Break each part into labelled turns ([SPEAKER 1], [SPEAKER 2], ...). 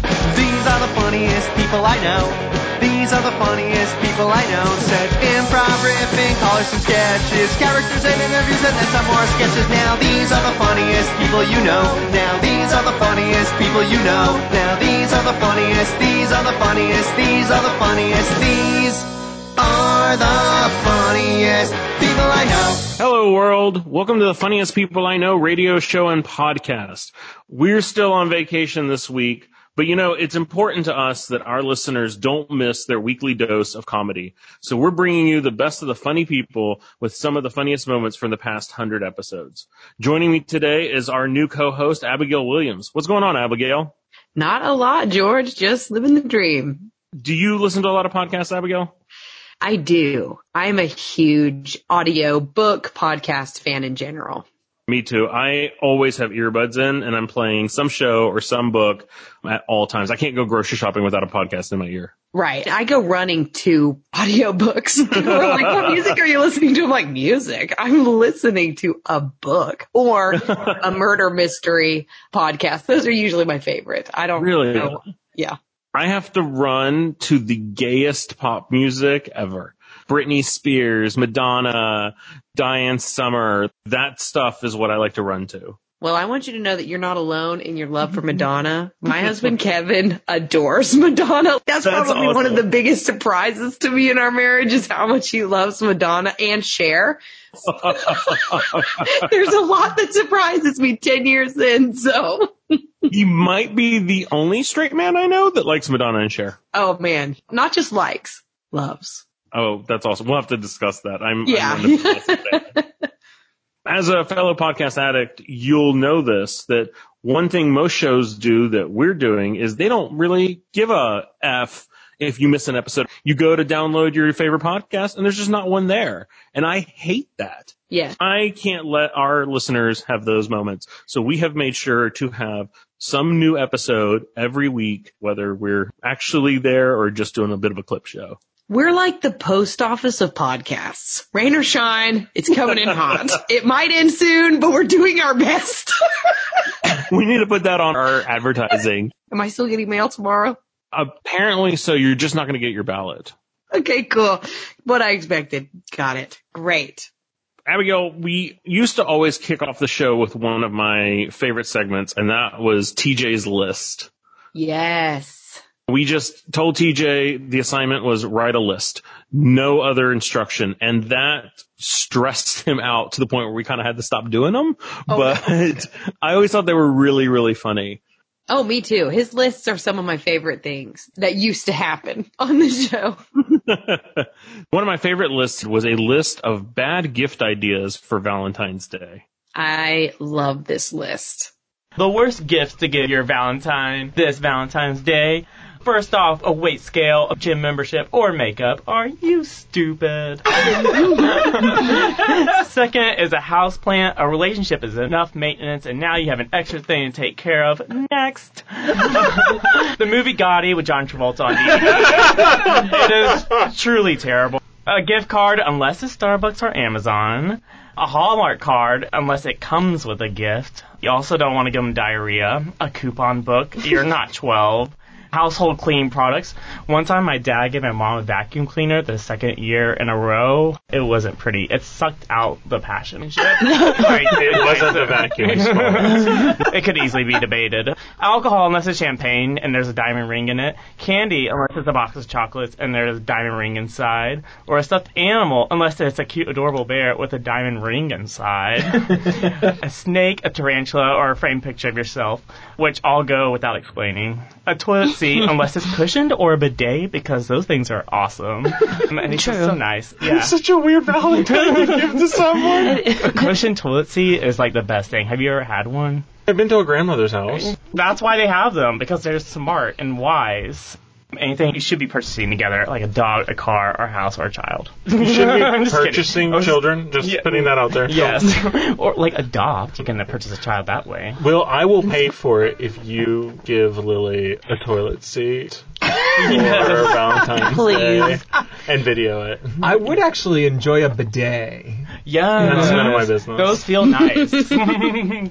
[SPEAKER 1] These are the funniest people I know. These are the funniest people I know. Such improv riffing, callers some sketches, characters and interviews, and then some more sketches. Now these are the funniest people you know. Now these are the funniest people you know. Now these are the funniest. These are the funniest. These are the funniest. These are the funniest people I know.
[SPEAKER 2] Hello, world. Welcome to the Funniest People I Know radio show and podcast. We're still on vacation this week, but you know, it's important to us that our listeners don't miss their weekly dose of comedy. So we're bringing you the best of the funny people with some of the funniest moments from the past 100 episodes. Joining me today is our new co-host, Abigail Williams. What's going on, Abigail?
[SPEAKER 3] Not a lot, George. Just living the dream.
[SPEAKER 2] Do you listen to a lot of podcasts, Abigail?
[SPEAKER 3] I do. I'm a huge audio book podcast fan in general.
[SPEAKER 2] Me too. I always have earbuds in and I'm playing some show or some book at all times. I can't go grocery shopping without a podcast in my ear.
[SPEAKER 3] Right. I go running to audiobooks. People are like, what music are you listening to? I'm like, music. I'm listening to a book or a murder mystery podcast. Those are usually my favorite. I don't
[SPEAKER 2] Really?
[SPEAKER 3] know. Yeah.
[SPEAKER 2] I have to run to the gayest pop music ever. Britney Spears, Madonna, Diane Summer. That stuff is what I like to run to.
[SPEAKER 3] Well, I want you to know that you're not alone in your love for
[SPEAKER 2] Mm-hmm.
[SPEAKER 3] Madonna. My husband Kevin adores Madonna. That's,
[SPEAKER 2] That's
[SPEAKER 3] probably one of
[SPEAKER 2] awesome.
[SPEAKER 3] the biggest surprises to me in our marriage is how much he loves Madonna and Cher. There's a lot that surprises me 10 years in, so.
[SPEAKER 2] he might be the only straight man I know that likes Madonna and Cher.
[SPEAKER 3] Oh man, not just likes, loves.
[SPEAKER 2] Oh, that's awesome. We'll have to discuss that. I'm, I'm
[SPEAKER 3] Yeah.
[SPEAKER 2] one of those today. As a fellow podcast addict, you'll know this that one thing most shows do that we're doing is they don't really give a F if you miss an episode. You go to download your favorite podcast and there's just not one there. And I hate that.
[SPEAKER 3] Yeah.
[SPEAKER 2] I can't let our listeners have those moments. So we have made sure to have some new episode every week, whether we're actually there or just doing a bit of a clip show.
[SPEAKER 3] We're like the post office of podcasts. Rain or shine, it's coming in hot. It might end soon, but we're doing our best.
[SPEAKER 2] We need to put that on our advertising.
[SPEAKER 3] Am I still getting mail tomorrow?
[SPEAKER 2] Apparently, so you're just not going to get your ballot.
[SPEAKER 3] Okay, cool. What I expected. Got it. Great.
[SPEAKER 2] Abigail, we used to always kick off the show with one of my favorite segments, and that was TJ's list.
[SPEAKER 3] Yes.
[SPEAKER 2] We just told TJ the assignment was write a list, no other instruction, and that stressed him out to the point where we kind of had to stop doing them.
[SPEAKER 3] Oh.
[SPEAKER 2] But I always thought they were really, really funny.
[SPEAKER 3] Oh, me too. His lists are some of my favorite things that used to happen on the show.
[SPEAKER 2] one of my favorite lists was a list of bad gift ideas for Valentine's Day.
[SPEAKER 3] I love this list.
[SPEAKER 4] The worst gifts to give your Valentine this Valentine's Day. First off, a weight scale, a gym membership, or makeup. Are you stupid? Second is a house plant. A relationship is enough maintenance, and now you have an extra thing to take care of. Next. the movie Gotti with John Travolta on DVD. it is truly terrible. A gift card, unless it's Starbucks or Amazon. A Hallmark card, unless it comes with a gift. You also don't want to give them diarrhea. A coupon book. You're not 12. Household cleaning products. One time my dad gave my mom a vacuum cleaner the second year in a row. It wasn't pretty. It sucked out the passion.
[SPEAKER 2] It wasn't the vacuum.
[SPEAKER 4] it could easily be debated. Alcohol, unless it's champagne and there's a diamond ring in it. Candy, unless it's a box of chocolates and there's a diamond ring inside. Or a stuffed animal, unless it's a cute, adorable bear with a diamond ring inside. a snake, a tarantula, or a framed picture of yourself, which I'll go without explaining. A toilet seat, unless it's cushioned, or a bidet, because those things are awesome. And it's just so nice. Yeah.
[SPEAKER 2] Such a weird Valentine to give to someone.
[SPEAKER 4] A cushioned toilet seat is like the best thing. Have you ever had one?
[SPEAKER 2] I've been to a grandmother's house.
[SPEAKER 4] That's why they have them because they're smart and wise. Anything you should be purchasing together, like a dog, a car, or a house, or a child. You
[SPEAKER 5] shouldn't be
[SPEAKER 2] Oh,
[SPEAKER 5] purchasing children. Just
[SPEAKER 4] Yeah.
[SPEAKER 5] putting that out there.
[SPEAKER 4] Yes, or like adopt. You can purchase a child that way.
[SPEAKER 5] Will I will pay for it if you give Lily a toilet seat for Valentine's
[SPEAKER 3] Please.
[SPEAKER 5] Day. and video it.
[SPEAKER 6] I would actually enjoy a bidet.
[SPEAKER 4] Yeah,
[SPEAKER 5] That's none of my business.
[SPEAKER 4] Those feel nice.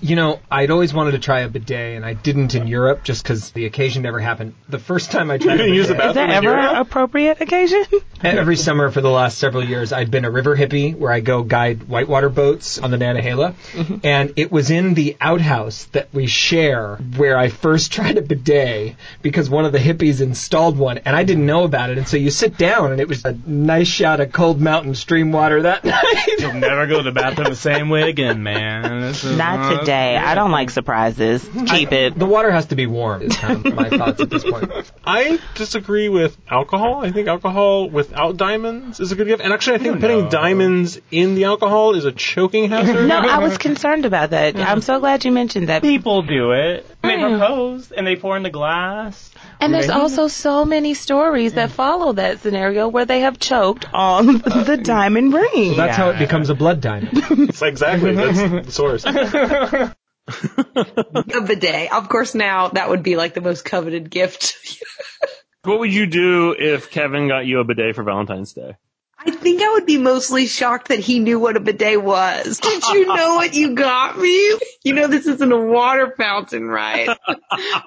[SPEAKER 6] You know, I'd always wanted to try a bidet, and I didn't in Europe just because the occasion never happened. The first time I tried
[SPEAKER 5] didn't
[SPEAKER 6] a
[SPEAKER 5] use the
[SPEAKER 6] bidet-
[SPEAKER 5] bathroom?
[SPEAKER 7] Is that
[SPEAKER 5] Nothing
[SPEAKER 7] ever
[SPEAKER 5] material?
[SPEAKER 7] appropriate occasion?
[SPEAKER 6] Every summer for the last several years, I'd been a river hippie where I go guide whitewater boats on the Nantahala. And it was in the outhouse that we share where I first tried a bidet because one of the hippies installed one and I didn't know about it. And so you sit down and it was a nice shot of cold mountain stream water that night.
[SPEAKER 4] Never go to the bathroom the same way again, man. This is
[SPEAKER 7] Not today. I don't like surprises. Keep it.
[SPEAKER 6] the water has to be warm, is kind of my thoughts at this point.
[SPEAKER 5] I disagree with alcohol. I think alcohol without diamonds is a good gift. And actually, I think putting diamonds in the alcohol is a choking hazard.
[SPEAKER 7] No, I was concerned about that. I'm so glad you mentioned that.
[SPEAKER 4] People do it. They propose and they pour in the glass.
[SPEAKER 7] And there's also so many stories that follow that scenario where they have choked on the diamond ring.
[SPEAKER 6] That's how it becomes a blood diamond.
[SPEAKER 5] It's exactly that's the source.
[SPEAKER 3] A bidet. Of course, now that would be like the most coveted gift.
[SPEAKER 2] What would you do if Kevin got you a bidet for Valentine's Day?
[SPEAKER 3] I think I would be mostly shocked that he knew what a bidet was. Did you know what you got me? You know this isn't a water fountain, right?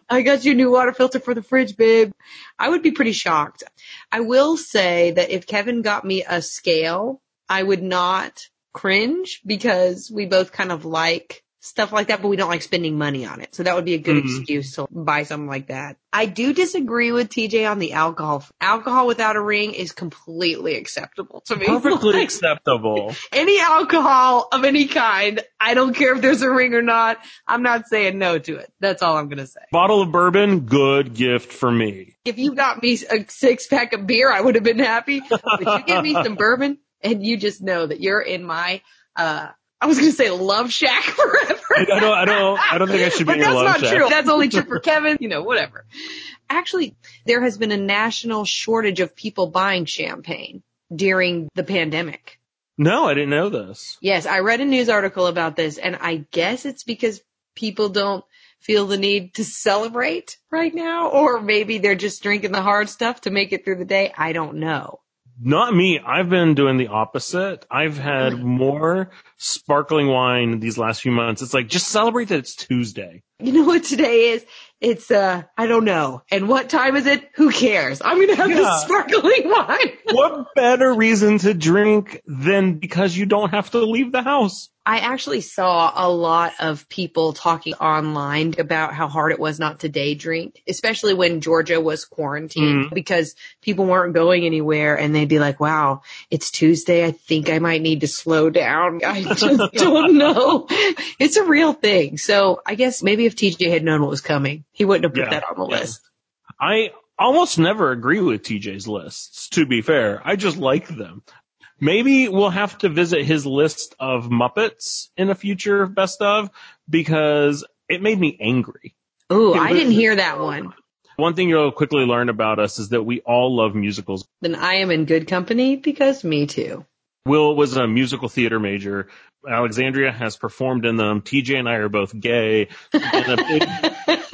[SPEAKER 3] I got you a new water filter for the fridge, babe. I would be pretty shocked. I will say that if Kevin got me a scale, I would not cringe because we both kind of like stuff like that, but we don't like spending money on it. So that would be a good
[SPEAKER 2] Mhm.
[SPEAKER 3] excuse to buy something like that. I do disagree with TJ on the alcohol. Alcohol without a ring is completely acceptable to me.
[SPEAKER 2] Perfectly
[SPEAKER 3] Like,
[SPEAKER 2] acceptable.
[SPEAKER 3] any alcohol of any kind, I don't care if there's a ring or not. I'm not saying no to it. That's all I'm going to say.
[SPEAKER 2] Bottle of bourbon, good gift for me.
[SPEAKER 3] If you got me a six pack of beer, I would have been happy. But you give me some bourbon and you just know that you're in my, uh, I was going to say love shack forever.
[SPEAKER 2] I don't, I don't, I don't think I should be
[SPEAKER 3] but
[SPEAKER 2] in your
[SPEAKER 3] that's
[SPEAKER 2] love
[SPEAKER 3] not
[SPEAKER 2] shack.
[SPEAKER 3] true. That's only true for Kevin, you know, whatever. Actually, there has been a national shortage of people buying champagne during the pandemic.
[SPEAKER 2] No, I didn't know this.
[SPEAKER 3] Yes, I read a news article about this and I guess it's because people don't feel the need to celebrate right now or maybe they're just drinking the hard stuff to make it through the day. I don't know.
[SPEAKER 2] Not me. I've been doing the opposite. I've had
[SPEAKER 3] Hmm.
[SPEAKER 2] more sparkling wine these last few months. It's like, just celebrate that it's Tuesday.
[SPEAKER 3] You know what today is? It's uh I don't know. And what time is it? Who cares? I'm going to have
[SPEAKER 2] Yeah.
[SPEAKER 3] this sparkling wine.
[SPEAKER 2] What better reason to drink than because you don't have to leave the house?
[SPEAKER 3] I actually saw a lot of people talking online about how hard it was not to day drink, especially when Georgia was quarantined
[SPEAKER 2] Mm-hmm.
[SPEAKER 3] because people weren't going anywhere and they'd be like, wow, it's Tuesday. I think I might need to slow down. I just don't know. It's a real thing. So I guess maybe if TJ had known what was coming, he wouldn't have put
[SPEAKER 2] Yeah.
[SPEAKER 3] that on the
[SPEAKER 2] Yeah.
[SPEAKER 3] list.
[SPEAKER 2] I almost never agree with TJ's lists, to be fair. I just like them. Maybe we'll have to visit his list of Muppets in a future best of because it made me angry.
[SPEAKER 3] Ooh,
[SPEAKER 2] Yeah,
[SPEAKER 3] I
[SPEAKER 2] but-
[SPEAKER 3] didn't hear that one.
[SPEAKER 2] One thing you'll quickly learn about us is that we all love musicals.
[SPEAKER 3] Then I am in good company because me too.
[SPEAKER 2] Will was a musical theater major. Alexandria has performed in them. TJ and I are both gay. And a big-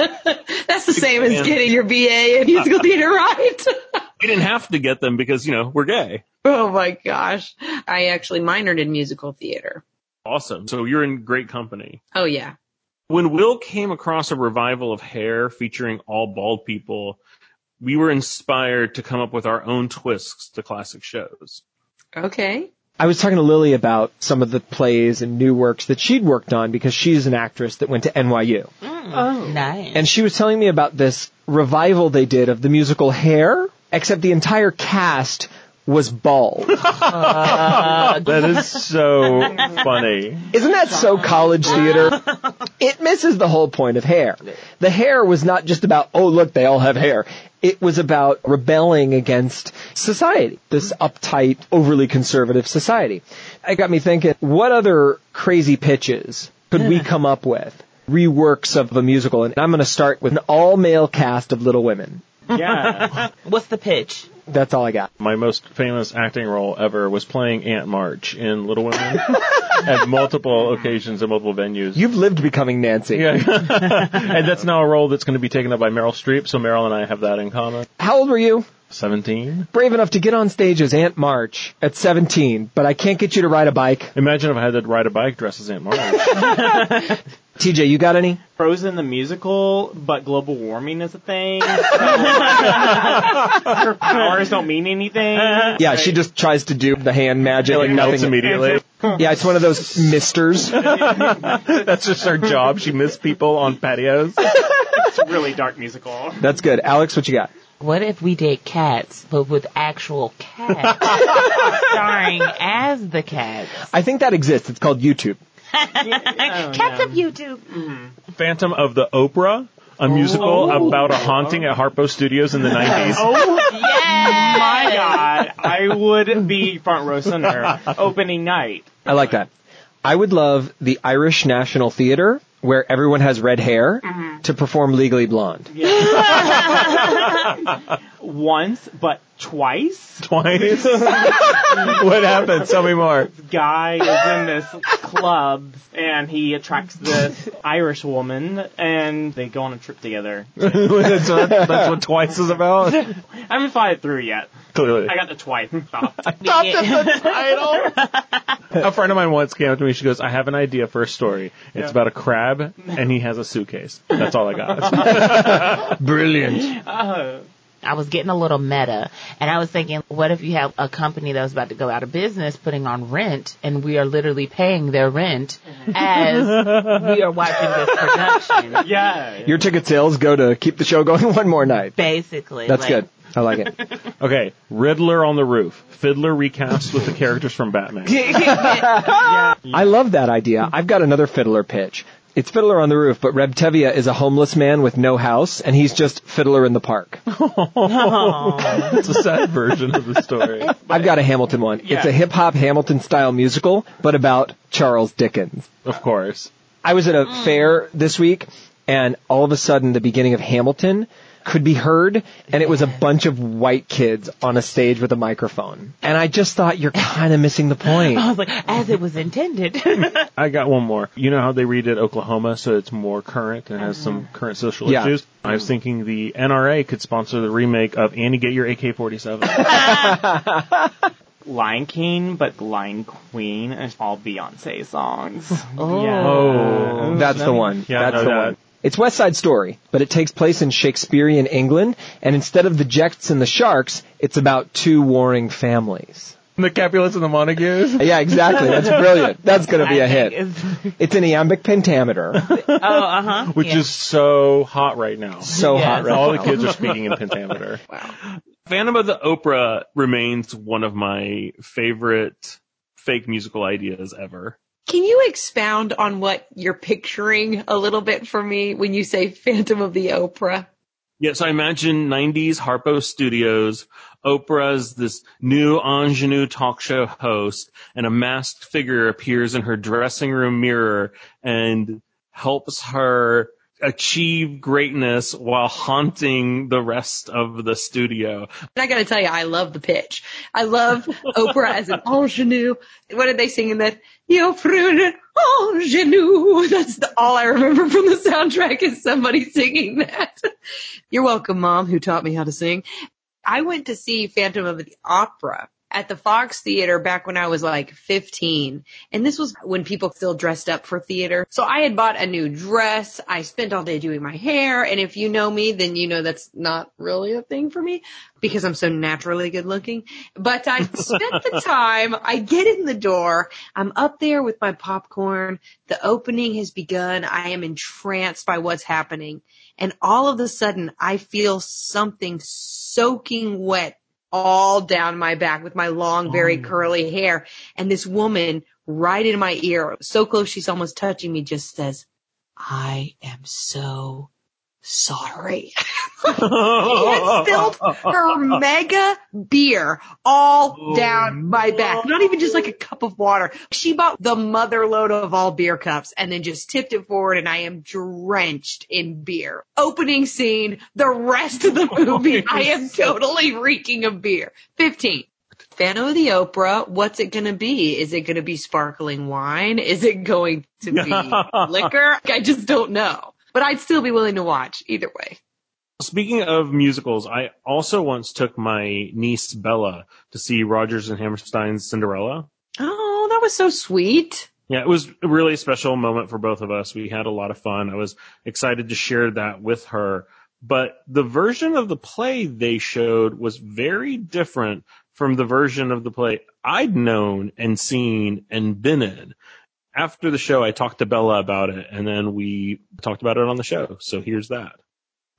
[SPEAKER 3] That's the same as
[SPEAKER 2] Man.
[SPEAKER 3] getting your BA in musical theater, right?
[SPEAKER 2] we didn't have to get them because, you know, we're gay.
[SPEAKER 3] Oh my gosh. I actually minored in musical theater.
[SPEAKER 2] Awesome. So you're in great company.
[SPEAKER 3] Oh yeah.
[SPEAKER 2] when Will came across a revival of Hair featuring all bald people, we were inspired to come up with our own twists to classic shows.
[SPEAKER 3] Okay.
[SPEAKER 6] I was talking to Lily about some of the plays and new works that she'd worked on because she's an actress that went to NYU.
[SPEAKER 5] Mm. Oh,
[SPEAKER 7] Nice.
[SPEAKER 6] And she was telling me about this revival they did of the musical Hair, except the entire cast was bald.
[SPEAKER 5] that is so funny.
[SPEAKER 6] Isn't that so college theater? It misses the whole point of hair. The hair was not just about, oh look, they all have hair. It was about rebelling against society, this uptight, overly conservative society. It got me thinking, what other crazy pitches could we come up with? Reworks of a musical, and I'm gonna start with an all-male cast of Little Women.
[SPEAKER 4] Yeah.
[SPEAKER 7] What's the pitch?
[SPEAKER 6] That's all I got.
[SPEAKER 5] My most famous acting role ever was playing Aunt March in Little Women at multiple occasions and multiple venues.
[SPEAKER 6] You've lived becoming Nancy.
[SPEAKER 5] and that's now a role that's going to be taken up by Meryl Streep, so Meryl and I have that in common.
[SPEAKER 6] How old were you?
[SPEAKER 5] Seventeen.
[SPEAKER 6] Brave enough to get on stage as Aunt March at 17, but I can't get you to ride a bike.
[SPEAKER 5] Imagine if I had to ride a bike dressed as Aunt March.
[SPEAKER 6] TJ, you got any?
[SPEAKER 4] Frozen the musical, but global warming is a thing. so- her powers don't mean anything.
[SPEAKER 6] Yeah, she just tries to do the hand magic
[SPEAKER 5] like
[SPEAKER 6] and
[SPEAKER 5] melts
[SPEAKER 6] nothing.
[SPEAKER 5] immediately.
[SPEAKER 6] Yeah, it's one of those misters.
[SPEAKER 5] That's just her job. She missed people on patios.
[SPEAKER 4] It's a really dark musical.
[SPEAKER 6] That's good. Alex, what you got?
[SPEAKER 8] What if we did cats, but with actual cats, starring as the cats?
[SPEAKER 6] I think that exists. It's called YouTube.
[SPEAKER 8] Cats of YouTube.
[SPEAKER 5] Phantom of the Oprah, a musical about a haunting at Harpo Studios in the 90s.
[SPEAKER 4] Oh
[SPEAKER 8] Yes.
[SPEAKER 4] my god, I would be front row center opening night.
[SPEAKER 6] I like that. I would love the Irish National Theater where everyone has red hair to perform Legally Blonde.
[SPEAKER 4] Once, but twice,
[SPEAKER 5] Twice. what happened? Tell me more.
[SPEAKER 4] guy is in this club and he attracts this Irish woman and they go on a trip together.
[SPEAKER 5] that's, what, that's what twice is about.
[SPEAKER 4] I haven't thought it through yet.
[SPEAKER 5] Clearly.
[SPEAKER 4] I got the twice. Stop.
[SPEAKER 5] A friend of mine once came up to me. She goes, "I have an idea for a story. It's about a crab and he has a suitcase. That's all I got."
[SPEAKER 6] Brilliant.
[SPEAKER 8] I was getting a little meta and I was thinking, what if you have a company that was about to go out of business putting on rent and we are literally paying their rent as we are watching this production?
[SPEAKER 4] Yeah.
[SPEAKER 6] Your ticket sales go to keep the show going one more night.
[SPEAKER 8] Basically.
[SPEAKER 6] That's
[SPEAKER 8] like,
[SPEAKER 6] good. I like it.
[SPEAKER 5] okay, Riddler on the roof. Fiddler recast with the characters from Batman.
[SPEAKER 6] I love that idea. I've got another fiddler pitch. It's Fiddler on the Roof, but Reb Tevia is a homeless man with no house, and he's just Fiddler in the Park.
[SPEAKER 5] It's a sad version of the story.
[SPEAKER 6] I've got a Hamilton one. It's a hip hop Hamilton style musical, but about Charles Dickens.
[SPEAKER 5] Of course.
[SPEAKER 6] I was at a
[SPEAKER 8] Mm.
[SPEAKER 6] fair this week, and all of a sudden, the beginning of Hamilton could be heard, and it was a bunch of white kids on a stage with a microphone. And I just thought, you're kind of missing the point.
[SPEAKER 8] I was like, as it was intended.
[SPEAKER 5] I got one more. You know how they redid Oklahoma so it's more current and has some
[SPEAKER 9] Mm-hmm.
[SPEAKER 5] current social
[SPEAKER 6] Yeah.
[SPEAKER 5] issues? I was thinking the NRA could sponsor the remake of Annie Get Your AK 47.
[SPEAKER 4] Lion King, but Lion Queen, and all Beyonce songs.
[SPEAKER 8] Oh.
[SPEAKER 5] oh.
[SPEAKER 6] That's the one.
[SPEAKER 5] Yeah,
[SPEAKER 6] That's
[SPEAKER 5] no
[SPEAKER 6] the
[SPEAKER 5] doubt.
[SPEAKER 6] one. It's West Side Story, but it takes place in Shakespearean England, and instead of the Jets and the Sharks, it's about two warring families.
[SPEAKER 5] The Capulets and the Montagues?
[SPEAKER 6] Yeah, exactly. That's brilliant. That's going to be a
[SPEAKER 8] I think
[SPEAKER 6] hit.
[SPEAKER 8] it's-
[SPEAKER 6] It's an iambic pentameter.
[SPEAKER 8] Oh, uh huh.
[SPEAKER 5] Which is so hot right now.
[SPEAKER 6] So
[SPEAKER 8] Yes.
[SPEAKER 6] hot right
[SPEAKER 5] All the
[SPEAKER 6] now.
[SPEAKER 5] kids are speaking in pentameter.
[SPEAKER 2] Phantom of the Oprah remains one of my favorite fake musical ideas ever.
[SPEAKER 3] Can you expound on what you're picturing a little bit for me when you say Phantom of the Oprah?
[SPEAKER 2] Yeah, so I imagine 90s Harpo Studios, Oprah's this new ingenue talk show host, and a masked figure appears in her dressing room mirror and helps her achieve greatness while haunting the rest of the studio.
[SPEAKER 3] And I got to tell you, I love the pitch. I love Oprah as an ingenue. What did they sing in that? You're an ingenue. That's the, all I remember from the soundtrack is somebody singing that. You're welcome, mom, who taught me how to sing. I went to see Phantom of the Opera at the Fox Theater back when I was like 15. And this was when people still dressed up for theater. So I had bought a new dress. I spent all day doing my hair. And if you know me, then you know that's not really a thing for me because I'm so naturally good looking. But I spent the time. I get in the door. I'm up there with my popcorn. The opening has begun. I am entranced by what's happening. And all of a sudden I feel something soaking wet all down my back with my long, very curly hair. And this woman right in my ear, so close she's almost touching me, just says, I am so sorry. It spilled her mega beer all down my back. Not even just like a cup of water. She bought the mother load of all beer cups and then just tipped it forward and I am drenched in beer. Opening scene, the rest of the movie, I am totally reeking of beer. 15. Phantom of the Oprah, what's it gonna be? Is it gonna be sparkling wine? Is it going to be liquor? I just don't know. But I'd still be willing to watch either way.
[SPEAKER 10] Speaking of musicals, I also once took my niece Bella to see Rogers and Hammerstein's Cinderella.
[SPEAKER 3] Oh, that was so sweet.
[SPEAKER 10] Yeah, it was a really special moment for both of us. We had a lot of fun. I was excited to share that with her. But the version of the play they showed was very different from the version of the play I'd known and seen and been in. After the show, I talked to Bella about it and then we talked about it on the show. So here's that.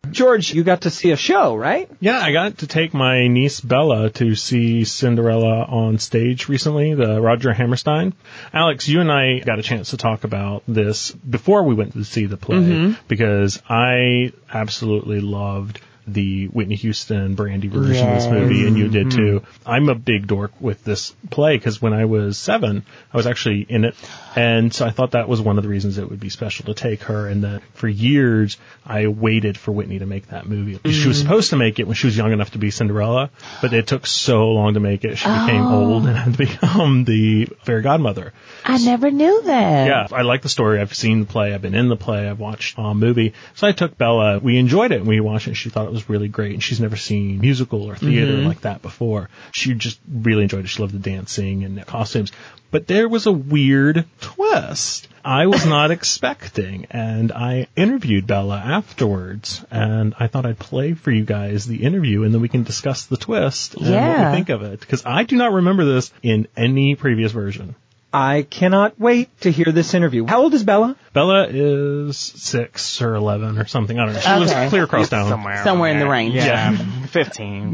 [SPEAKER 6] Oh. George, you got to see a show, right?
[SPEAKER 2] Yeah, I got to take my niece Bella to see Cinderella on stage recently, the Roger Hammerstein. Alex, you and I got a chance to talk about this before we went to see the play because I absolutely loved the Whitney Houston Brandy version of this movie and you did too. I'm a big dork with this play because when I was 7, I was actually in it and so I thought that was one of the reasons it would be special to take her and that for years I waited for Whitney to make that movie. She was supposed to make it when she was young enough to be Cinderella, but it took so long to make it. She became old and had to become the fairy godmother.
[SPEAKER 11] I never knew that.
[SPEAKER 2] Yeah, I like the story. I've seen the play. I've been in the play. I've watched a movie. So I took Bella. We enjoyed it. and We watched it. She thought it was really great. And she's never seen musical or theater like that before. She just really enjoyed it. She loved the dancing and the costumes. But there was a weird twist I was not expecting. And I interviewed Bella afterwards. And I thought I'd play for you guys the interview and then we can discuss the twist and what
[SPEAKER 11] Yeah.
[SPEAKER 2] we think of it. Because I do not remember this in any previous version.
[SPEAKER 6] I cannot wait to hear this interview. How old is Bella?
[SPEAKER 2] Bella is six or eleven or something. I don't know. She
[SPEAKER 8] Okay.
[SPEAKER 2] lives clear across town.
[SPEAKER 4] somewhere.
[SPEAKER 8] Somewhere in the
[SPEAKER 4] around
[SPEAKER 8] range.
[SPEAKER 4] there. Yeah, fifteen.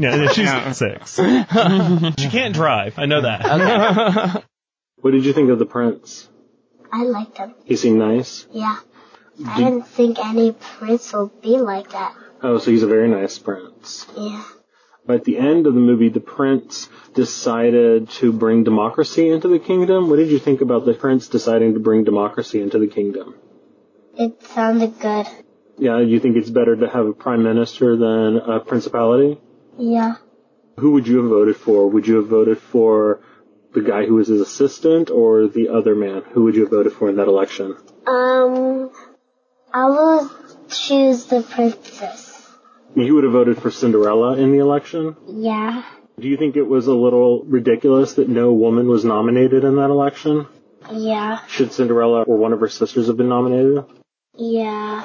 [SPEAKER 2] Yeah, yeah, she's six. she can't drive. I know that.
[SPEAKER 12] What did you think of the prince?
[SPEAKER 9] I liked him.
[SPEAKER 12] He seemed nice.
[SPEAKER 9] Yeah. I didn't think any prince would be like that.
[SPEAKER 12] Oh, so he's a very nice prince.
[SPEAKER 9] Yeah.
[SPEAKER 12] At the end of the movie, the prince decided to bring democracy into the kingdom. What did you think about the prince deciding to bring democracy into the kingdom?
[SPEAKER 9] It sounded good.
[SPEAKER 12] Yeah, you think it's better to have a prime minister than a principality?
[SPEAKER 9] Yeah.
[SPEAKER 12] Who would you have voted for? Would you have voted for the guy who was his assistant or the other man? Who would you have voted for in that election?
[SPEAKER 9] Um, I will choose the princess.
[SPEAKER 12] You would have voted for Cinderella in the election?
[SPEAKER 9] Yeah.
[SPEAKER 12] Do you think it was a little ridiculous that no woman was nominated in that election?
[SPEAKER 9] Yeah.
[SPEAKER 12] Should Cinderella or one of her sisters have been nominated?
[SPEAKER 9] Yeah.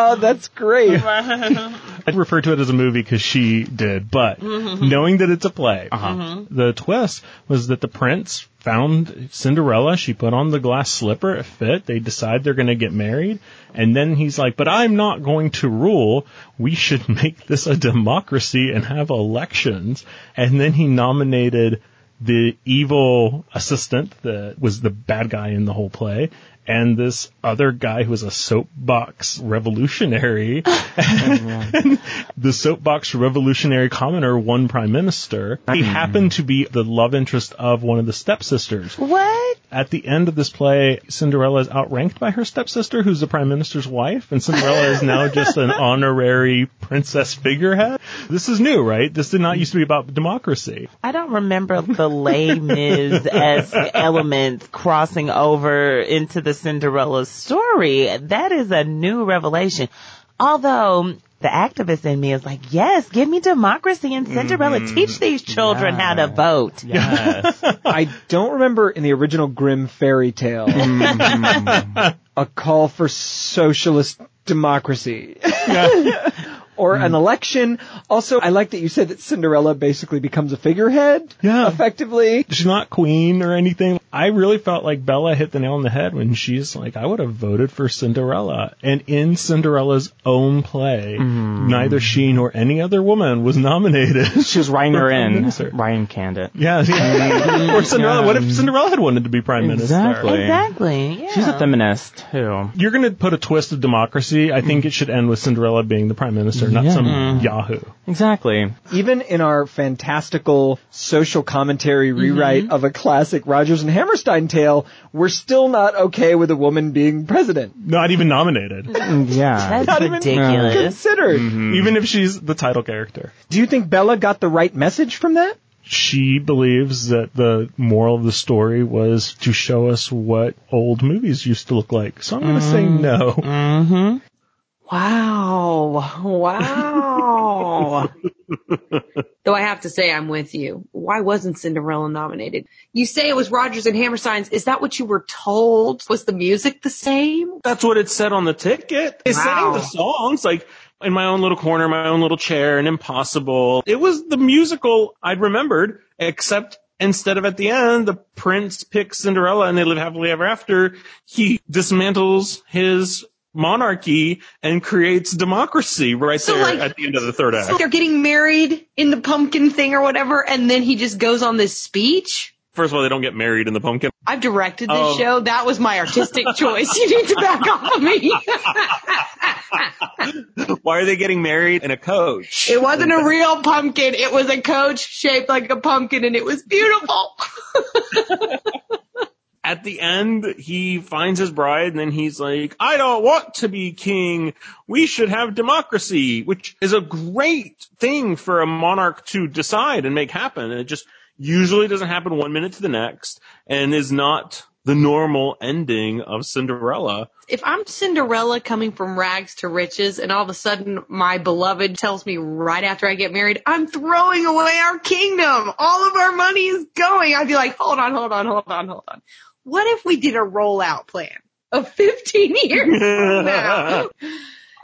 [SPEAKER 6] Oh, that's great.
[SPEAKER 2] I refer to it as a movie because she did, but knowing that it's a play, the twist was that the prince found Cinderella. She put on the glass slipper. It fit. They decide they're going to get married. And then he's like, but I'm not going to rule. We should make this a democracy and have elections. And then he nominated the evil assistant that was the bad guy in the whole play and this other guy who was a soapbox revolutionary the soapbox revolutionary commoner won prime minister he happened to be the love interest of one of the stepsisters
[SPEAKER 11] What?
[SPEAKER 2] at the end of this play, Cinderella is outranked by her stepsister, who's the prime minister's wife, and Cinderella is now just an honorary princess figurehead. This is new, right? This did not used to be about democracy.
[SPEAKER 8] I don't remember the Les Mis as elements crossing over into the Cinderella story. That is a new revelation. Although the activist in me is like, yes, give me democracy and Cinderella. Teach these children how to vote.
[SPEAKER 4] Yes.
[SPEAKER 6] I don't remember in the original Grimm fairy tale a Mm. call for socialist democracy. Or an election. Also, I like that you said that Cinderella basically becomes a figurehead.
[SPEAKER 2] Yeah.
[SPEAKER 6] Effectively.
[SPEAKER 2] She's not queen or anything. I really felt like Bella hit the nail on the head when she's like, I would have voted for Cinderella. And in Cinderella's own play, neither she nor any other woman was nominated.
[SPEAKER 4] she was writing her in.
[SPEAKER 2] Sir.
[SPEAKER 4] Ryan Candid.
[SPEAKER 2] yeah. yeah. or Cinderella. What if Cinderella had wanted to be prime minister?
[SPEAKER 4] Exactly.
[SPEAKER 8] Exactly. Yeah.
[SPEAKER 4] She's a feminist who
[SPEAKER 2] you're going to put a twist of democracy, I think it should end with Cinderella being the prime minister, not some Yahoo.
[SPEAKER 4] Exactly.
[SPEAKER 6] Even in our fantastical social commentary rewrite of a classic Rogers and Hammerstein tale, we're still not okay with a woman being president.
[SPEAKER 2] Not even nominated,
[SPEAKER 4] Yeah.
[SPEAKER 8] That's
[SPEAKER 6] Not even
[SPEAKER 8] ridiculous.
[SPEAKER 6] considered.
[SPEAKER 2] even if she's the title character.
[SPEAKER 6] Do you think Bella got the right message from that?
[SPEAKER 2] She believes that the moral of the story was to show us what old
[SPEAKER 3] Mm.
[SPEAKER 2] movies used to look like. So I'm going to say no.
[SPEAKER 3] Wow. Wow. Though I have to say, I'm with you. Why wasn't Cinderella nominated? You say it was Rogers and Hammerstein's. Is that what you were told? Was the music the same?
[SPEAKER 2] That's what it said on the ticket. They sang
[SPEAKER 3] Wow.
[SPEAKER 2] the songs like in my own little corner, my own little chair, and Impossible. It was the musical I'd remembered, except instead of at the end, the prince picks Cinderella and they live happily ever after. He dismantles his monarchy and creates democracy right
[SPEAKER 3] So,
[SPEAKER 2] there
[SPEAKER 3] like-
[SPEAKER 2] at the end of the third act.
[SPEAKER 3] So they're getting married in the pumpkin thing or whatever, and then he just goes on this speech.
[SPEAKER 2] First of all, they don't get married in the pumpkin.
[SPEAKER 3] I've directed this
[SPEAKER 2] Oh.
[SPEAKER 3] show. That was my artistic choice. You need to back off of me.
[SPEAKER 2] Why are they getting married in a coach?
[SPEAKER 3] it wasn't a real pumpkin. It was a coach shaped like a pumpkin, and it was beautiful.
[SPEAKER 2] at the end, he finds his bride and then he's like, I don't want to be king. We should have democracy, which is a great thing for a monarch to decide and make happen. And it just usually doesn't happen one minute to the next and is not the normal ending of Cinderella.
[SPEAKER 3] if I'm Cinderella coming from rags to riches and all of a sudden my beloved tells me right after I get married, I'm throwing away our kingdom. All of our money is going. I'd be like, hold on, hold on, hold on, hold on. What if we did a rollout plan of 15 years from now?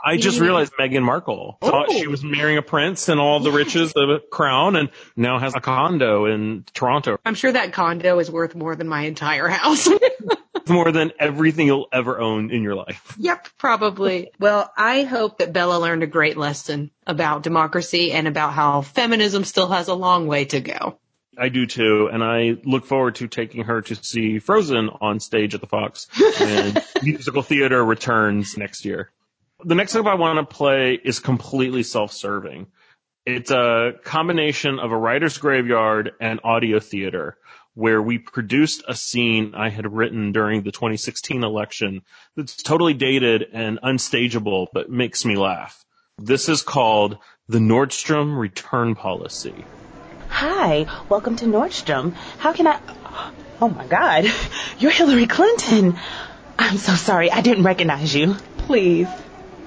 [SPEAKER 2] I just
[SPEAKER 3] Yeah.
[SPEAKER 2] realized Meghan Markle thought
[SPEAKER 3] Oh.
[SPEAKER 2] she was marrying a prince and all the riches of a crown and now has a condo in Toronto.
[SPEAKER 3] I'm sure that condo is worth more than my entire house.
[SPEAKER 2] More than everything you'll ever own in your life.
[SPEAKER 3] Yep, probably. Well, I hope that Bella learned a great lesson about democracy and about how feminism still has a long way to go.
[SPEAKER 2] I do too, and I look forward to taking her to see Frozen on stage at the Fox when musical theater returns next year. The next clip I want to play is completely self-serving. It's a combination of a writer's graveyard and audio theater where we produced a scene I had written during the 2016 election that's totally dated and unstageable, but makes me laugh. This is called the Nordstrom return policy.
[SPEAKER 8] Hi, welcome to Nordstrom. How can I? Oh my God, you're Hillary Clinton. I'm so sorry, I didn't recognize you.
[SPEAKER 9] Please.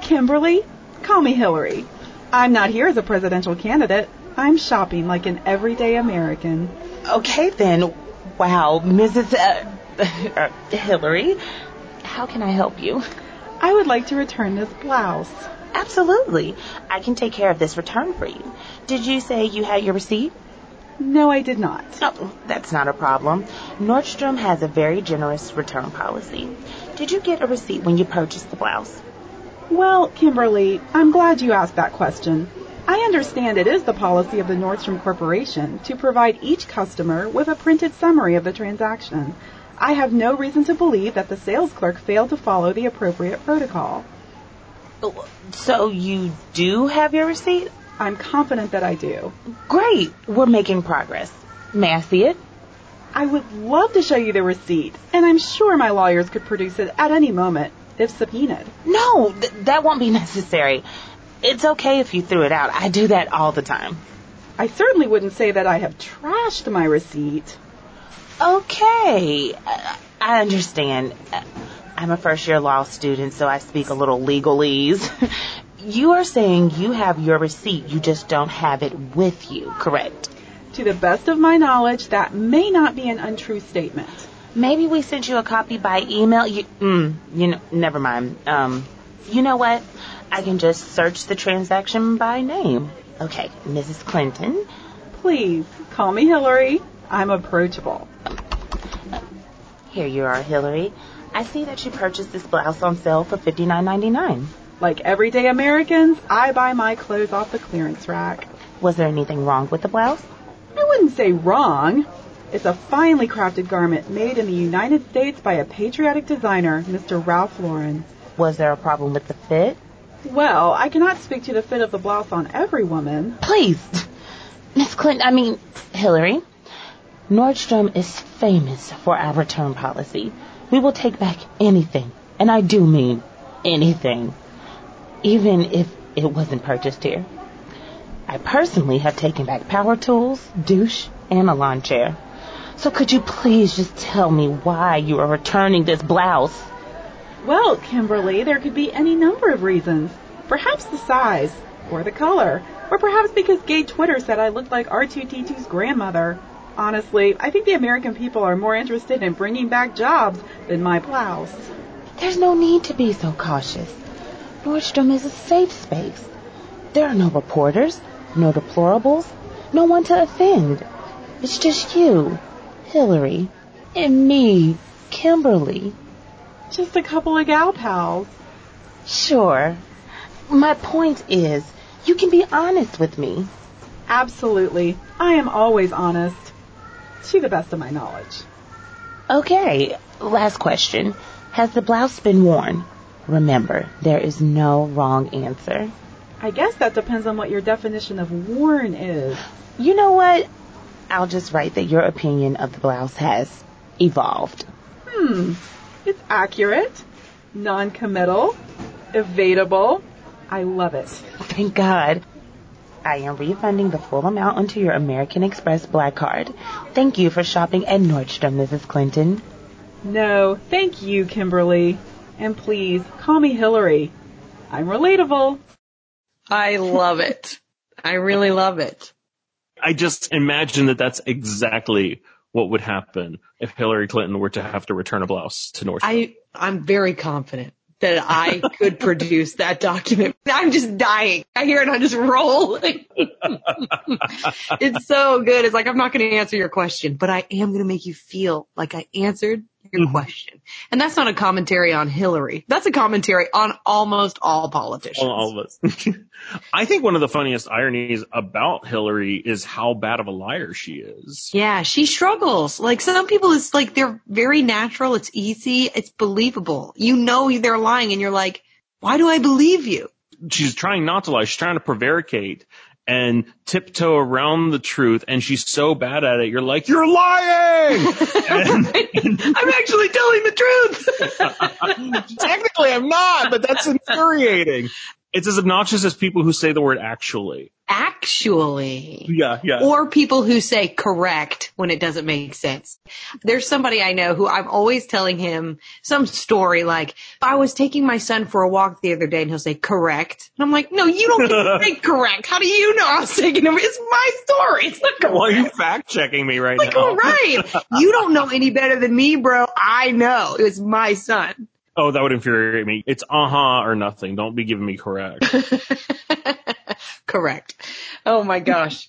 [SPEAKER 9] Kimberly, call me Hillary. I'm not here as a presidential candidate. I'm shopping like an everyday American.
[SPEAKER 8] Okay then. Wow, Mrs. Uh, uh, Hillary, how can I help you?
[SPEAKER 9] I would like to return this blouse.
[SPEAKER 8] Absolutely, I can take care of this return for you. Did you say you had your receipt?
[SPEAKER 9] No, I did not.
[SPEAKER 8] No, that's not a problem. Nordstrom has a very generous return policy. Did you get a receipt when you purchased the blouse?
[SPEAKER 9] Well, Kimberly, I'm glad you asked that question. I understand it is the policy of the Nordstrom Corporation to provide each customer with a printed summary of the transaction. I have no reason to believe that the sales clerk failed to follow the appropriate protocol.
[SPEAKER 8] So you do have your receipt?
[SPEAKER 9] I'm confident that I do.
[SPEAKER 8] Great, we're making progress. May I see it?
[SPEAKER 9] I would love to show you the receipt, and I'm sure my lawyers could produce it at any moment if subpoenaed.
[SPEAKER 8] No, th- that won't be necessary. It's okay if you threw it out. I do that all the time.
[SPEAKER 9] I certainly wouldn't say that I have trashed my receipt.
[SPEAKER 8] Okay, I, I understand. Uh, I'm a first year law student, so I speak a little legalese. you are saying you have your receipt, you just don't have it with you, correct?
[SPEAKER 9] To the best of my knowledge, that may not be an untrue statement.
[SPEAKER 8] Maybe we sent you a copy by email. You, mm, you know, never mind. Um, you know what? I can just search the transaction by name. Okay, Mrs. Clinton.
[SPEAKER 9] Please call me Hillary. I'm approachable.
[SPEAKER 8] Here you are, Hillary. I see that you purchased this blouse on sale for $59.99.
[SPEAKER 9] Like everyday Americans, I buy my clothes off the clearance rack.
[SPEAKER 8] Was there anything wrong with the blouse?
[SPEAKER 9] I wouldn't say wrong. It's a finely crafted garment made in the United States by a patriotic designer, Mr. Ralph Lauren.
[SPEAKER 8] Was there a problem with the fit?
[SPEAKER 9] Well, I cannot speak to the fit of the blouse on every woman.
[SPEAKER 8] Please, Miss Clinton, I mean, Hillary. Nordstrom is famous for our return policy. We will take back anything, and I do mean anything, even if it wasn't purchased here. I personally have taken back power tools, douche, and a lawn chair. So could you please just tell me why you are returning this blouse?
[SPEAKER 9] Well, Kimberly, there could be any number of reasons. Perhaps the size, or the color, or perhaps because gay Twitter said I looked like R2D2's grandmother. Honestly, I think the American people are more interested in bringing back jobs than my blouse.
[SPEAKER 8] There's no need to be so cautious. Nordstrom is a safe space. There are no reporters, no deplorables, no one to offend. It's just you, Hillary, and me, Kimberly.
[SPEAKER 9] Just a couple of gal pals.
[SPEAKER 8] Sure. My point is, you can be honest with me.
[SPEAKER 9] Absolutely. I am always honest, to the best of my knowledge.
[SPEAKER 8] Okay, last question. Has the blouse been worn? Remember, there is no wrong answer.
[SPEAKER 9] I guess that depends on what your definition of worn is.
[SPEAKER 8] You know what? I'll just write that your opinion of the blouse has evolved.
[SPEAKER 9] Hmm. It's accurate, non-committal, evadable. I love it.
[SPEAKER 8] Thank God. I am refunding the full amount onto your American Express Black Card. Thank you for shopping at Nordstrom, Mrs. Clinton.
[SPEAKER 9] No, thank you, Kimberly. And please call me Hillary. I'm relatable.
[SPEAKER 3] I love it. I really love it.
[SPEAKER 2] I just imagine that that's exactly what would happen if Hillary Clinton were to have to return a blouse to North.
[SPEAKER 3] I I'm very confident that I could produce that document. I'm just dying. I hear it. I'm just rolling. it's so good. It's like I'm not going to answer your question, but I am going to make you feel like I answered your question. And that's not a commentary on Hillary. That's a commentary on almost all politicians.
[SPEAKER 2] all, all of us. I think one of the funniest ironies about Hillary is how bad of a liar she is.
[SPEAKER 3] Yeah, she struggles. Like some people, it's like they're very natural. It's easy. It's believable. You know they're lying, and you're like, why do I believe you?
[SPEAKER 2] She's trying not to lie. She's trying to prevaricate and tiptoe around the truth. And she's so bad at it. You're like, you're lying.
[SPEAKER 3] I'm actually telling the truth.
[SPEAKER 2] Technically, I'm not, but that's infuriating. It's as obnoxious as people who say the word actually.
[SPEAKER 3] Actually.
[SPEAKER 2] Yeah, yeah.
[SPEAKER 3] Or people who say correct when it doesn't make sense. There's somebody I know who I'm always telling him some story like, I was taking my son for a walk the other day and he'll say correct. And I'm like, no, you don't get to say correct. How do you know I was taking him? It's my story. It's not correct.
[SPEAKER 2] Why are you fact checking me right
[SPEAKER 3] Like,
[SPEAKER 2] now?
[SPEAKER 3] all right. You don't know any better than me, bro. I know. It was my son.
[SPEAKER 2] Oh, that would infuriate me. It's uh huh or nothing. Don't be giving me correct.
[SPEAKER 3] Correct. Oh my gosh.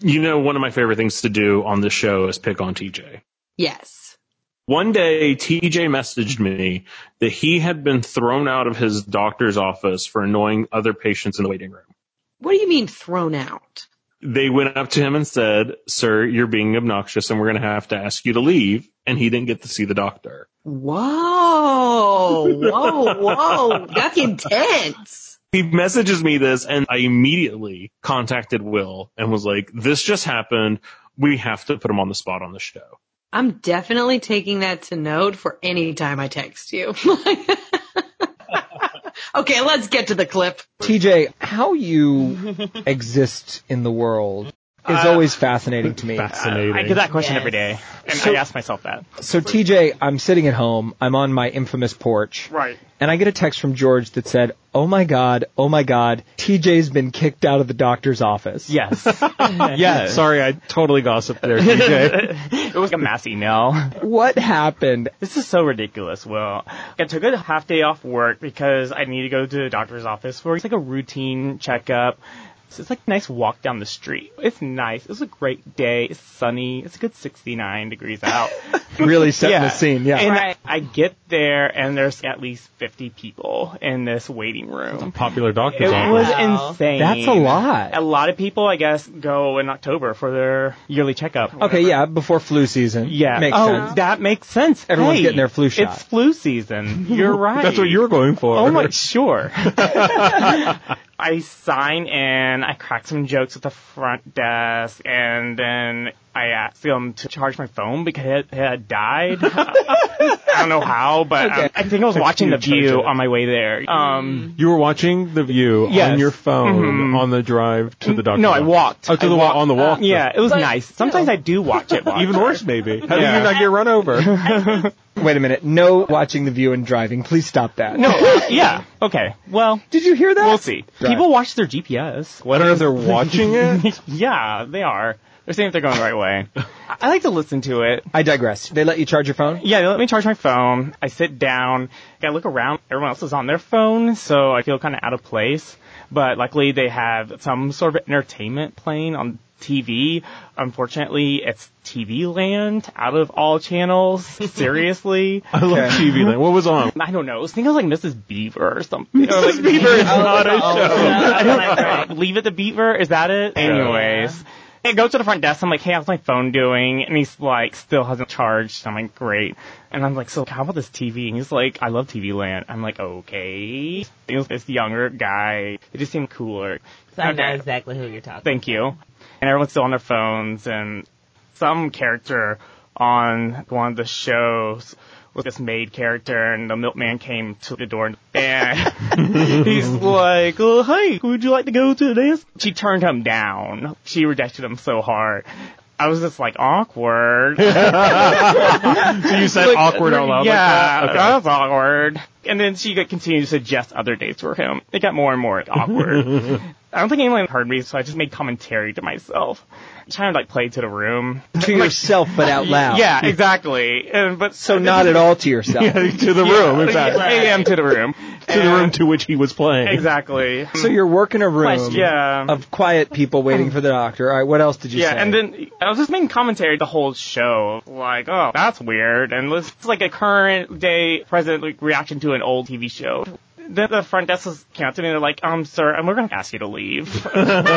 [SPEAKER 2] you know, one of my favorite things to do on this show is pick on TJ.
[SPEAKER 3] Yes.
[SPEAKER 2] One day, TJ messaged me that he had been thrown out of his doctor's office for annoying other patients in the waiting room.
[SPEAKER 3] What do you mean thrown out?
[SPEAKER 2] They went up to him and said, Sir, you're being obnoxious and we're going to have to ask you to leave. And he didn't get to see the doctor.
[SPEAKER 3] Whoa, whoa, whoa. That's intense.
[SPEAKER 2] he messages me this and I immediately contacted Will and was like, this just happened. We have to put him on the spot on the show.
[SPEAKER 3] I'm definitely taking that to note for any time I text you. okay, let's get to the clip.
[SPEAKER 6] TJ, how you exist in the world is always fascinating to me.
[SPEAKER 5] Fascinating.
[SPEAKER 4] I get that question
[SPEAKER 3] Yes.
[SPEAKER 4] every day, and
[SPEAKER 6] So-
[SPEAKER 4] I ask myself that.
[SPEAKER 6] So TJ, I'm sitting at home. I'm on my infamous porch.
[SPEAKER 4] Right.
[SPEAKER 6] And I get a text from George that said, "Oh my god, oh my god, TJ's been kicked out of the doctor's office."
[SPEAKER 4] Yes.
[SPEAKER 6] Yeah.
[SPEAKER 5] Sorry, I totally gossiped there, TJ.
[SPEAKER 4] it was a mass email.
[SPEAKER 6] What happened?
[SPEAKER 4] This is so ridiculous, Will. I took a half day off work because I need to go to the doctor's office for it's like a routine checkup. So it's like a nice walk down the street. It's nice. It was a great day. It's sunny. It's a good 69 degrees out.
[SPEAKER 6] Really setting the scene. Yeah.
[SPEAKER 4] And I, I get there and there's at least 50 people in this waiting room.
[SPEAKER 5] Popular doctor's
[SPEAKER 4] It was
[SPEAKER 5] office.
[SPEAKER 4] insane.
[SPEAKER 6] That's a lot.
[SPEAKER 4] A lot of people, I guess, go in October for their yearly checkup.
[SPEAKER 6] okay, yeah, before flu season.
[SPEAKER 4] Yeah.
[SPEAKER 6] Makes
[SPEAKER 4] oh,
[SPEAKER 6] sense.
[SPEAKER 4] that makes sense.
[SPEAKER 6] Everyone's
[SPEAKER 4] Hey,
[SPEAKER 6] getting their flu shot.
[SPEAKER 4] It's flu season. You're right.
[SPEAKER 5] That's what you were going for.
[SPEAKER 4] Oh my, sure. I sign in. then I cracked some jokes at the front desk, and then I asked them to charge my phone because it had died. I don't know how, but um, I think I was watching The View on my way there.
[SPEAKER 13] Mm-hmm.
[SPEAKER 4] Um,
[SPEAKER 13] You were watching The View on
[SPEAKER 4] Yes.
[SPEAKER 13] your phone
[SPEAKER 4] Mhm.
[SPEAKER 5] Mm-hmm.
[SPEAKER 13] on the drive to the doctor.
[SPEAKER 4] no, I walked.
[SPEAKER 13] Oh, to
[SPEAKER 4] I
[SPEAKER 13] the walk
[SPEAKER 4] walked-
[SPEAKER 13] on
[SPEAKER 5] Uh,
[SPEAKER 13] the walk.
[SPEAKER 4] yeah, it was nice. Sometimes I do watch it.
[SPEAKER 13] Even worse, maybe. How
[SPEAKER 6] Yeah.
[SPEAKER 13] do you not get run over?
[SPEAKER 6] Wait a minute. No watching the view and driving. Please stop that.
[SPEAKER 4] No, yeah, okay. Well,
[SPEAKER 6] did you hear that?
[SPEAKER 4] We'll see.
[SPEAKER 6] Right.
[SPEAKER 4] People watch their GPS.
[SPEAKER 13] I don't know if they're watching it.
[SPEAKER 4] yeah, they are. They're seeing if they're going the right way. I like to listen to it.
[SPEAKER 6] I digress. They let you charge your phone?
[SPEAKER 4] Yeah, they let me charge my phone. I sit down. I look around. Everyone else is on their phone, so I feel kind of out of place. But luckily, they have some sort of entertainment playing on TV. Unfortunately, it's TV Land out of all channels. Seriously.
[SPEAKER 13] I love TV. Then what was on?
[SPEAKER 4] I don't know. I was thinking it was like Mrs. Beaver or something. Or, like,
[SPEAKER 13] Bieber is not a show.
[SPEAKER 4] I don't know. Leave it to Beaver. Is that it? Anyways. I go to the front desk. I'm like, hey, how's my phone doing? And he's like, still hasn't charged. I'm like, great. And I'm like, so how about this TV? And he's like, I love TV Land. I'm like, okay. It was this younger guy. It just seemed cooler.
[SPEAKER 8] So I know
[SPEAKER 4] Okay.
[SPEAKER 8] exactly who you're talking.
[SPEAKER 4] Thank you. And everyone's still on their phones, and some character on one of the shows was this maid character, and the milkman came to the door, and he's like, well, hey, would you like to go to this? She turned him down. She rejected him so hard. I was just like, awkward.
[SPEAKER 13] So you said awkward out loud.
[SPEAKER 4] yeah,
[SPEAKER 13] Like that?
[SPEAKER 4] "Ah, that was awkward. And then she like, continued to suggest other dates for him. It got more and more awkward. I don't think anyone heard me, so I just made commentary to myself, trying to like play to the room.
[SPEAKER 6] To yourself, but out loud.
[SPEAKER 4] Yeah, exactly. And, but
[SPEAKER 6] So not at all to yourself.
[SPEAKER 13] Yeah, to the room, in fact.
[SPEAKER 4] am to the room.
[SPEAKER 13] To the room to which he was playing.
[SPEAKER 4] Exactly.
[SPEAKER 6] So you're working a room
[SPEAKER 4] Question. Yeah.
[SPEAKER 6] of quiet people waiting for the doctor. All right, what else did you
[SPEAKER 4] yeah,
[SPEAKER 6] say?
[SPEAKER 4] and then I was just making commentary the whole show, like, oh, that's weird, and it's like a current day present like, reaction to an old TV show. Then the front desk was came up to me and they're like, um, sir, and we're gonna ask you to leave. and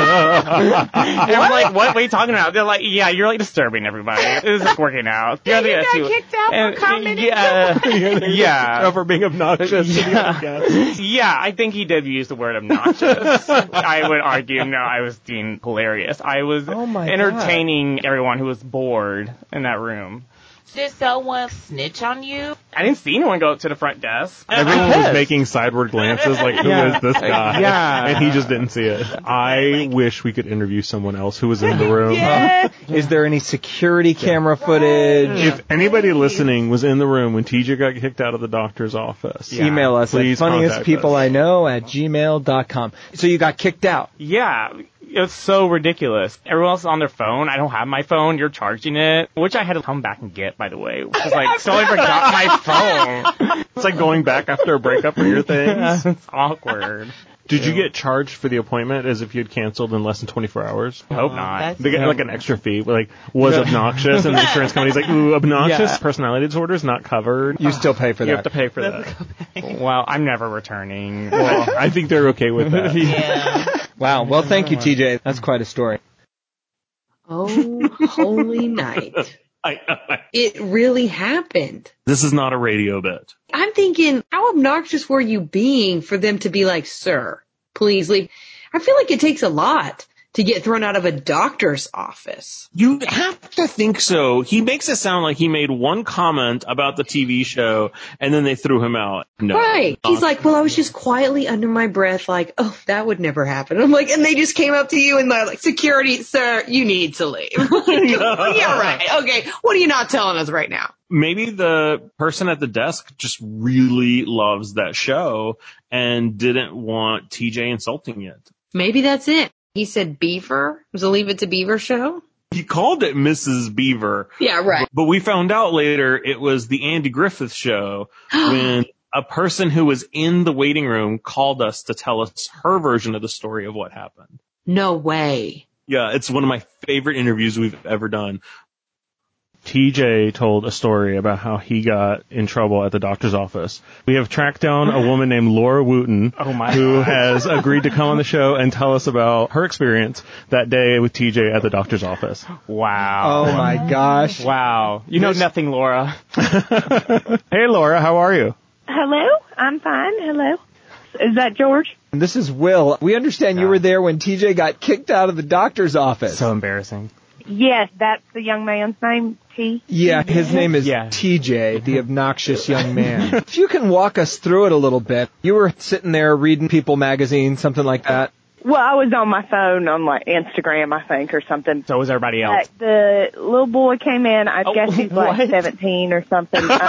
[SPEAKER 4] I'm like, what? What are you talking about? They're like, yeah, you're like disturbing everybody. This isn't working out. You're
[SPEAKER 8] You
[SPEAKER 4] gonna
[SPEAKER 8] got
[SPEAKER 4] ask you-
[SPEAKER 8] kicked out for
[SPEAKER 4] and-
[SPEAKER 8] commenting
[SPEAKER 4] Yeah, yeah.
[SPEAKER 13] For being obnoxious.
[SPEAKER 4] Yeah, I think he did use the word obnoxious. I would argue, no, I was being hilarious. I was
[SPEAKER 6] Oh my
[SPEAKER 4] entertaining everyone who was bored in that room.
[SPEAKER 8] Did someone snitch on you?
[SPEAKER 4] I didn't see anyone go up to the front desk.
[SPEAKER 6] Uh.
[SPEAKER 13] Everyone was making sideward glances like, who is
[SPEAKER 4] Yeah.
[SPEAKER 13] this guy?
[SPEAKER 4] Yeah.
[SPEAKER 13] And he just didn't see it. I wish we could interview someone else who was in the room.
[SPEAKER 6] Is there any security camera footage?
[SPEAKER 13] If anybody listening was in the room when TJ got kicked out of the doctor's office,
[SPEAKER 6] Email us
[SPEAKER 13] please
[SPEAKER 6] at
[SPEAKER 13] contact us.
[SPEAKER 6] funniestpeopleiknow at gmail.com. So you got kicked out.
[SPEAKER 4] Yeah, it's so ridiculous. Everyone else is on their phone. I don't have my phone. You're charging it, which I had to come back and get, by the way. Because like, so I forgot my phone.
[SPEAKER 13] It's like going back after a breakup for your things.
[SPEAKER 4] it's awkward.
[SPEAKER 13] Did you get charged for the appointment as if you'd canceled in less than 24 hours?
[SPEAKER 4] Hope not.
[SPEAKER 8] That's
[SPEAKER 13] They get like an extra fee, like was obnoxious, and the insurance company's like, ooh, obnoxious personality disorder is not covered.
[SPEAKER 6] You still pay for
[SPEAKER 13] You
[SPEAKER 6] that.
[SPEAKER 13] have to pay for that.
[SPEAKER 4] Well, I'm never returning.
[SPEAKER 13] Well, I think they're okay with that.
[SPEAKER 8] Yeah.
[SPEAKER 6] Wow. Well, thank you, TJ. That's quite a story.
[SPEAKER 3] Oh, holy night. It really happened.
[SPEAKER 2] This is not a radio bit.
[SPEAKER 3] I'm thinking, how obnoxious were you being for them to be like, sir, please leave? I feel like it takes a lot to get thrown out of a doctor's office.
[SPEAKER 2] You have to think so. He makes it sound like he made one comment about the TV show and then they threw him out. No.
[SPEAKER 3] right. He's like, well, I was just quietly under my breath, like, oh, that would never happen. I'm like, and they just came up to you and they're like, security, sir, you need to leave. yeah, right. Okay. What are you not telling us right now?
[SPEAKER 2] maybe the person at the desk just really loves that show and didn't want TJ insulting it.
[SPEAKER 3] Maybe that's it. He said Beaver. It was a Leave It to Beaver show.
[SPEAKER 2] He called it Mrs. Beaver,
[SPEAKER 3] Yeah, right.
[SPEAKER 2] but we found out later it was the Andy Griffith show when a person who was in the waiting room called us to tell us her version of the story of what happened.
[SPEAKER 3] No way.
[SPEAKER 2] Yeah, it's one of my favorite interviews we've ever done.
[SPEAKER 5] TJ told a story about how he got in trouble at the doctor's office. We have tracked down a woman named Laura Wooten
[SPEAKER 4] Oh my
[SPEAKER 5] who has agreed to come on the show and tell us about her experience that day with TJ at the doctor's office.
[SPEAKER 4] Wow.
[SPEAKER 6] Oh my gosh.
[SPEAKER 4] Wow. You know nothing, Laura.
[SPEAKER 5] Hey Laura, how are you?
[SPEAKER 14] Hello, I'm fine. Hello. Is that George?
[SPEAKER 6] And this is Will. We understand you were there when TJ got kicked out of the doctor's office. So
[SPEAKER 4] embarrassing.
[SPEAKER 14] Yes, that's the young man's name, T.
[SPEAKER 6] Yeah, his name is TJ, the obnoxious young man. if you can walk us through it a little bit, you were sitting there reading People magazine, something like that.
[SPEAKER 14] Well, I was on my phone on like Instagram, I think, or something.
[SPEAKER 4] So was everybody else.
[SPEAKER 14] Like, Uh, the little boy came in. I guess he's like seventeen or something. Um,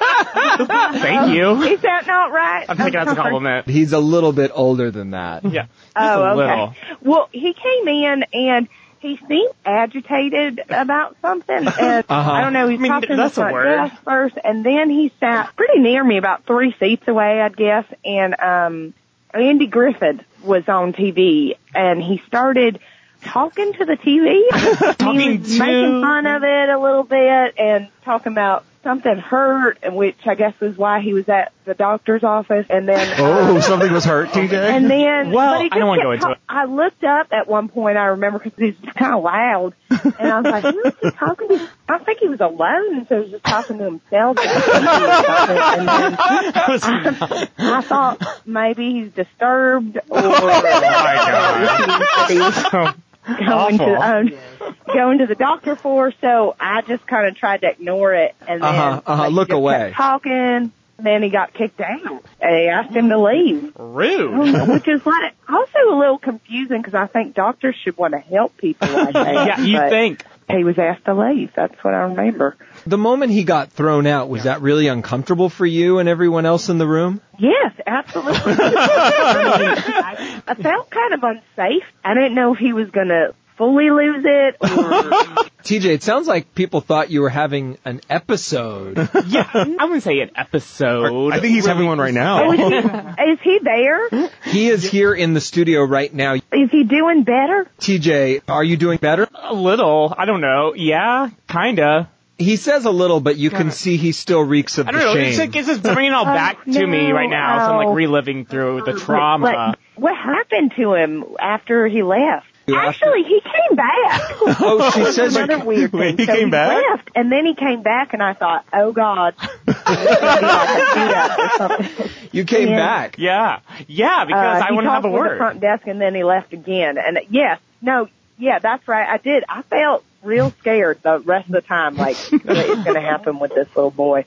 [SPEAKER 4] Thank you.
[SPEAKER 14] Is that not right?
[SPEAKER 4] I'm taking that as a compliment.
[SPEAKER 6] He's a little bit older than that.
[SPEAKER 4] Yeah.
[SPEAKER 14] Oh,
[SPEAKER 4] a
[SPEAKER 14] okay.
[SPEAKER 4] little.
[SPEAKER 14] Well, he came in and he seemed agitated about something. And
[SPEAKER 4] Uh-huh.
[SPEAKER 14] I don't know. He
[SPEAKER 4] I mean,
[SPEAKER 14] popped in the
[SPEAKER 4] that's a
[SPEAKER 14] front
[SPEAKER 4] word.
[SPEAKER 14] desk first, and then he sat pretty near me, about three seats away, I guess. And um, Andy Griffith was on TV, and he started talking to the TV, he
[SPEAKER 4] Talking
[SPEAKER 14] was
[SPEAKER 4] to-
[SPEAKER 14] making fun of it a little bit, and talking about. Something hurt, and which I guess was why he was at the doctor's office. And then, uh,
[SPEAKER 13] Oh, something was hurt, TJ.
[SPEAKER 14] and then,
[SPEAKER 13] well,
[SPEAKER 14] but he
[SPEAKER 13] I don't want
[SPEAKER 14] just
[SPEAKER 13] to go into it.
[SPEAKER 14] kept- I looked up at one point. I remember because he was kind of loud, and I was like, "Who is he talking to?" I think he was alone, so he was just talking to himself. and then I, I thought maybe he's disturbed or going to
[SPEAKER 4] Awful.
[SPEAKER 14] um, going to the doctor for. So I just kind of tried to ignore it, and then
[SPEAKER 6] Uh-huh, uh-huh,
[SPEAKER 14] like, he
[SPEAKER 6] look
[SPEAKER 14] just kept
[SPEAKER 6] away.
[SPEAKER 14] talking. Then he got kicked out. They asked him to leave. Oh,
[SPEAKER 4] Rude.
[SPEAKER 14] Which is like also a little confusing because I think doctors should want to help people like that.
[SPEAKER 4] yeah, you
[SPEAKER 14] but
[SPEAKER 4] think.
[SPEAKER 14] He was asked to leave. That's what I remember.
[SPEAKER 6] The moment he got thrown out, was that really uncomfortable for you and everyone else in the room?
[SPEAKER 14] Yes, absolutely. I, mean, I, I felt kind of unsafe. I didn't know if he was going to fully lose it or
[SPEAKER 6] TJ, it sounds like people thought you were having an episode.
[SPEAKER 4] Yeah, I wouldn't say an episode.
[SPEAKER 13] I think he's having one right now.
[SPEAKER 14] Oh, is, he, is he there?
[SPEAKER 6] he is here in the studio right now.
[SPEAKER 14] Is he doing better?
[SPEAKER 6] TJ, are you doing better?
[SPEAKER 4] a little. I don't know. Yeah, kinda.
[SPEAKER 6] He says a little, but you can see he still reeks of
[SPEAKER 4] I don't
[SPEAKER 6] the
[SPEAKER 4] know.
[SPEAKER 6] shame.
[SPEAKER 4] It's like it's just bringing it all back to me
[SPEAKER 14] no,
[SPEAKER 4] right now. So I'm
[SPEAKER 14] ow.
[SPEAKER 4] like reliving through the trauma.
[SPEAKER 14] Like, what happened to him after he left?
[SPEAKER 6] You asked-
[SPEAKER 14] Actually, he came back.
[SPEAKER 6] oh, she says
[SPEAKER 14] another weird thing.
[SPEAKER 13] Wait, he
[SPEAKER 14] So
[SPEAKER 13] came back?
[SPEAKER 14] left, and then he came back, and I thought, oh god,
[SPEAKER 6] you came
[SPEAKER 14] Yeah.
[SPEAKER 6] back.
[SPEAKER 4] Yeah, yeah.
[SPEAKER 14] Uh,
[SPEAKER 4] Because I
[SPEAKER 14] he
[SPEAKER 4] wouldn't have
[SPEAKER 14] talked
[SPEAKER 4] a
[SPEAKER 14] with
[SPEAKER 4] word.
[SPEAKER 14] The front desk, and then he left again. And uh, yes, no, yeah, that's right. I did. I felt real scared the rest of the time. Like, what is going to happen with this little boy?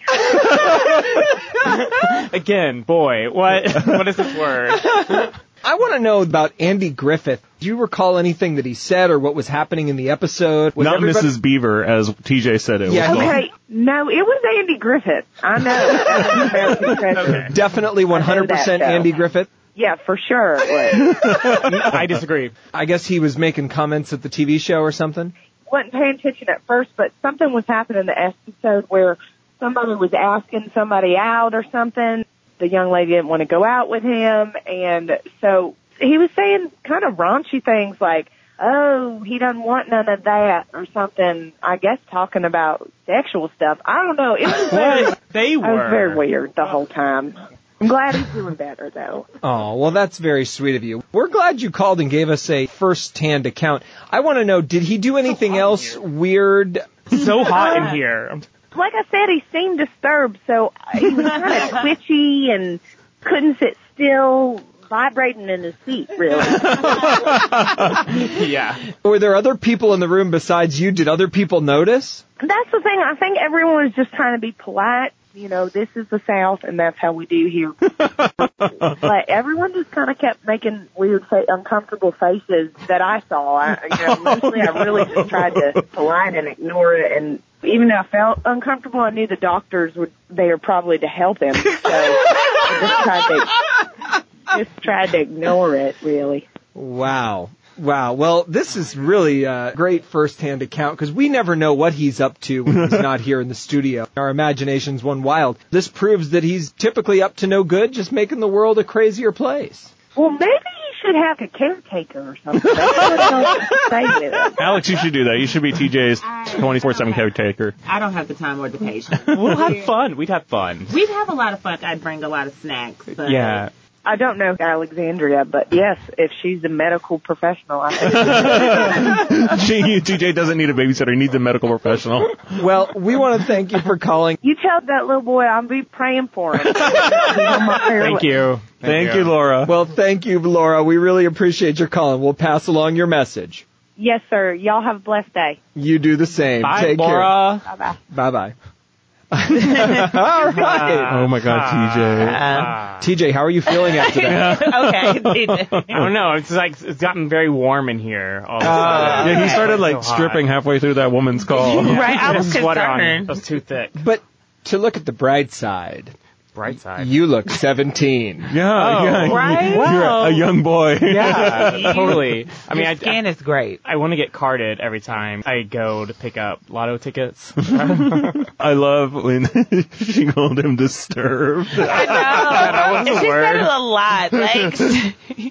[SPEAKER 4] Again, boy, what what is this word?
[SPEAKER 6] I want to know about Andy Griffith. Do you recall anything that he said or what was happening in the episode? Was
[SPEAKER 13] Not
[SPEAKER 6] everybody-
[SPEAKER 13] Mrs. Beaver, as TJ said it
[SPEAKER 6] Yeah.
[SPEAKER 13] was.
[SPEAKER 6] Okay.
[SPEAKER 14] Hey, no, it was Andy Griffith. I know. American treasure.
[SPEAKER 6] Definitely 100%
[SPEAKER 14] though.
[SPEAKER 6] Andy Griffith.
[SPEAKER 14] Yeah, for sure. It was.
[SPEAKER 4] I disagree.
[SPEAKER 6] I guess he was making comments at the TV show or something.
[SPEAKER 14] wasn't paying attention at first, but something was happening in the episode where somebody was asking somebody out or something. The young lady didn't want to go out with him, and so he was saying kind of raunchy things like, "Oh, he doesn't want none of that" or something. I guess talking about sexual stuff. I don't know. It was very,
[SPEAKER 4] What they
[SPEAKER 14] I was very
[SPEAKER 4] were.
[SPEAKER 14] weird the whole time. I'm glad he's doing better though.
[SPEAKER 6] Oh, well, that's very sweet of you. We're glad you called and gave us a first-hand account. I want to know, did he do
[SPEAKER 14] Oh,
[SPEAKER 6] anything else weird?
[SPEAKER 4] so hot in here.
[SPEAKER 14] like I said, he seemed disturbed, so he was kind of twitchy and couldn't sit still, vibrating in his seat, really.
[SPEAKER 4] Yeah.
[SPEAKER 6] Were there other people in the room besides you? Did other people notice?
[SPEAKER 14] That's the thing. I think everyone was just trying to be polite. You know, this is the South, and that's how we do here. but everyone just kind of kept making weird, fa- uncomfortable faces that I saw. I, you know, mostly I really just tried to polite and ignore it. And even though I felt uncomfortable, I knew the doctors were there probably to help him. So I just tried to just tried to ignore it. Really.
[SPEAKER 6] Wow. Wow. Well, this is really a great first-hand account because we never know what he's up to when he's not here in the studio. Our imagination's one wild. This proves that he's typically up to no good, just making the world a crazier place.
[SPEAKER 14] Well, maybe you should have a caretaker or something. That's what I was saying.
[SPEAKER 13] Alex, you should do that. You should be TJ's 24/7 caretaker.
[SPEAKER 8] I don't have the time or the patience.
[SPEAKER 4] We'll have fun. We'd have fun.
[SPEAKER 8] We'd have a lot of fun. I'd bring a lot of snacks. But
[SPEAKER 4] Yeah.
[SPEAKER 14] I don't know Alexandria, but yes, if she's a medical professional, I think
[SPEAKER 13] She- TJ doesn't need a babysitter. He needs a medical professional.
[SPEAKER 6] Well, we want to thank you for calling.
[SPEAKER 14] you tell that little boy I'll be praying for him.
[SPEAKER 13] Thank you. Thank, you.
[SPEAKER 6] Laura. Well, thank you, Laura. We really appreciate your call. We'll pass along your message.
[SPEAKER 14] yes, sir. Y'all have a blessed day.
[SPEAKER 6] You do the same.
[SPEAKER 14] Bye,
[SPEAKER 6] Take
[SPEAKER 14] Laura.
[SPEAKER 6] care.
[SPEAKER 14] Bye-bye.
[SPEAKER 6] Bye bye. All right.
[SPEAKER 13] Oh my God,
[SPEAKER 6] TJ, how are you feeling after that?
[SPEAKER 4] okay. I don't know. It's like it's gotten very warm in here. Oh, All of a sudden.
[SPEAKER 13] yeah, he started
[SPEAKER 4] It's so
[SPEAKER 13] like
[SPEAKER 4] hot.
[SPEAKER 13] stripping halfway through that woman's call.
[SPEAKER 4] Yeah,
[SPEAKER 7] Right, I
[SPEAKER 4] put a
[SPEAKER 7] was
[SPEAKER 4] sweater on.
[SPEAKER 7] concerned.
[SPEAKER 4] It was too thick.
[SPEAKER 6] But to look at the bright side,
[SPEAKER 4] Bright side.
[SPEAKER 6] you look 17.
[SPEAKER 13] Yeah,
[SPEAKER 4] Oh,
[SPEAKER 13] yeah.
[SPEAKER 7] right?
[SPEAKER 13] You're
[SPEAKER 7] Wow.
[SPEAKER 8] Oh.
[SPEAKER 13] a young boy.
[SPEAKER 4] Yeah, totally. I mean,
[SPEAKER 8] Your
[SPEAKER 4] I,
[SPEAKER 8] skin is great.
[SPEAKER 4] I want to get carded every time I go to pick up lotto tickets.
[SPEAKER 13] I love when she called him disturbed.
[SPEAKER 7] And she said it a lot. Like,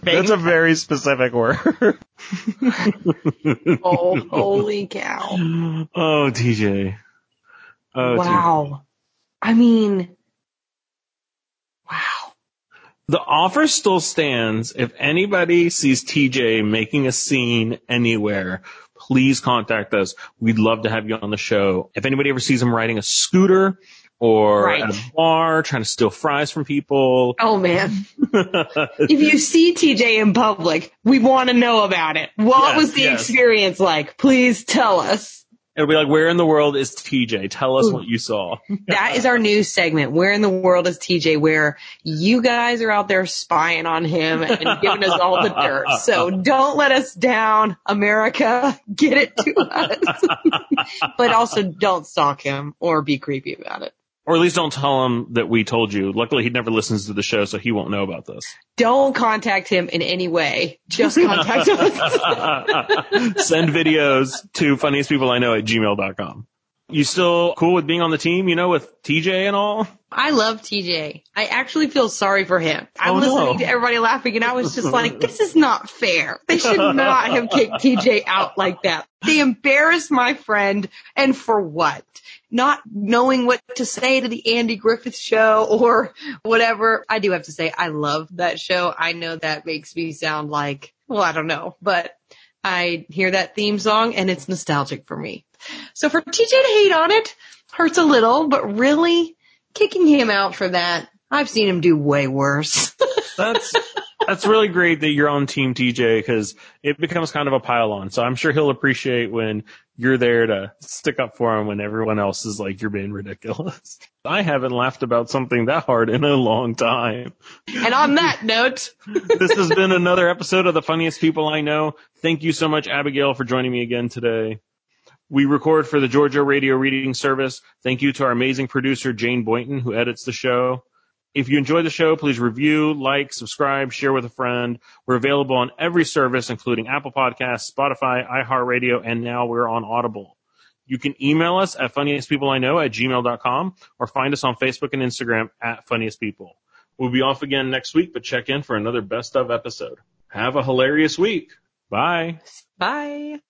[SPEAKER 13] That's a very specific word.
[SPEAKER 3] Oh, holy cow.
[SPEAKER 13] Oh, TJ. Oh, TJ.
[SPEAKER 3] wow. I mean,
[SPEAKER 2] The offer still stands. If anybody sees TJ making a scene anywhere, please contact us. We'd love to have you on the show. If anybody ever sees him riding a scooter or
[SPEAKER 3] Right.
[SPEAKER 2] at a bar trying to steal fries from people,
[SPEAKER 3] oh man. if you see TJ in public, we want to know about it. What
[SPEAKER 2] Yes,
[SPEAKER 3] was the
[SPEAKER 2] yes.
[SPEAKER 3] experience like? Please tell us.
[SPEAKER 2] it'll be like, where in the world is TJ? Tell us what you saw.
[SPEAKER 3] That is our new segment. Where in the world is TJ? Where you guys are out there spying on him and giving us all the dirt. So don't let us down, America. Get it to us. but also don't stalk him or be creepy about it.
[SPEAKER 2] Or at least don't tell him that we told you. Luckily, he never listens to the show, so he won't know about this.
[SPEAKER 3] Don't contact him in any way. Just contact us.
[SPEAKER 2] Send videos to funniestpeopleiknow at gmail.com. You still cool with being on the team, you know, with TJ and all?
[SPEAKER 3] I love TJ. I actually feel sorry for him. I'm
[SPEAKER 2] Oh, no.
[SPEAKER 3] listening to everybody laughing and I was just like, this is not fair. They should not have kicked TJ out like that. They embarrassed my friend and for what? Not knowing what to say to the Andy Griffith show or whatever. I do have to say I love that show. I know that makes me sound like, well, I don't know, but I hear that theme song and it's nostalgic for me. So for TJ to hate on it hurts a little, but really kicking him out for that. I've seen him do way worse.
[SPEAKER 2] That's that's really great that you're on team TJ because it becomes kind of a pile on. So I'm sure he'll appreciate when you're there to stick up for him when everyone else is like you're being ridiculous. I haven't laughed about something that hard in a long time.
[SPEAKER 3] and on that note,
[SPEAKER 2] This has been another episode of the funniest people I know. Thank you so much, Abigail, for joining me again today. We record for the Georgia Radio Reading Service. Thank you to our amazing producer, Jane Boynton, who edits the show. If you enjoy the show, please review, like, subscribe, share with a friend. We're available on every service, including Apple Podcasts, Spotify, iHeartRadio, and now we're on Audible. You can email us at funniestpeopleiknow at gmail.com or find us on Facebook and Instagram at funniest people. We'll be off again next week, but check in for another best of episode. Have a hilarious week. Bye.
[SPEAKER 3] bye.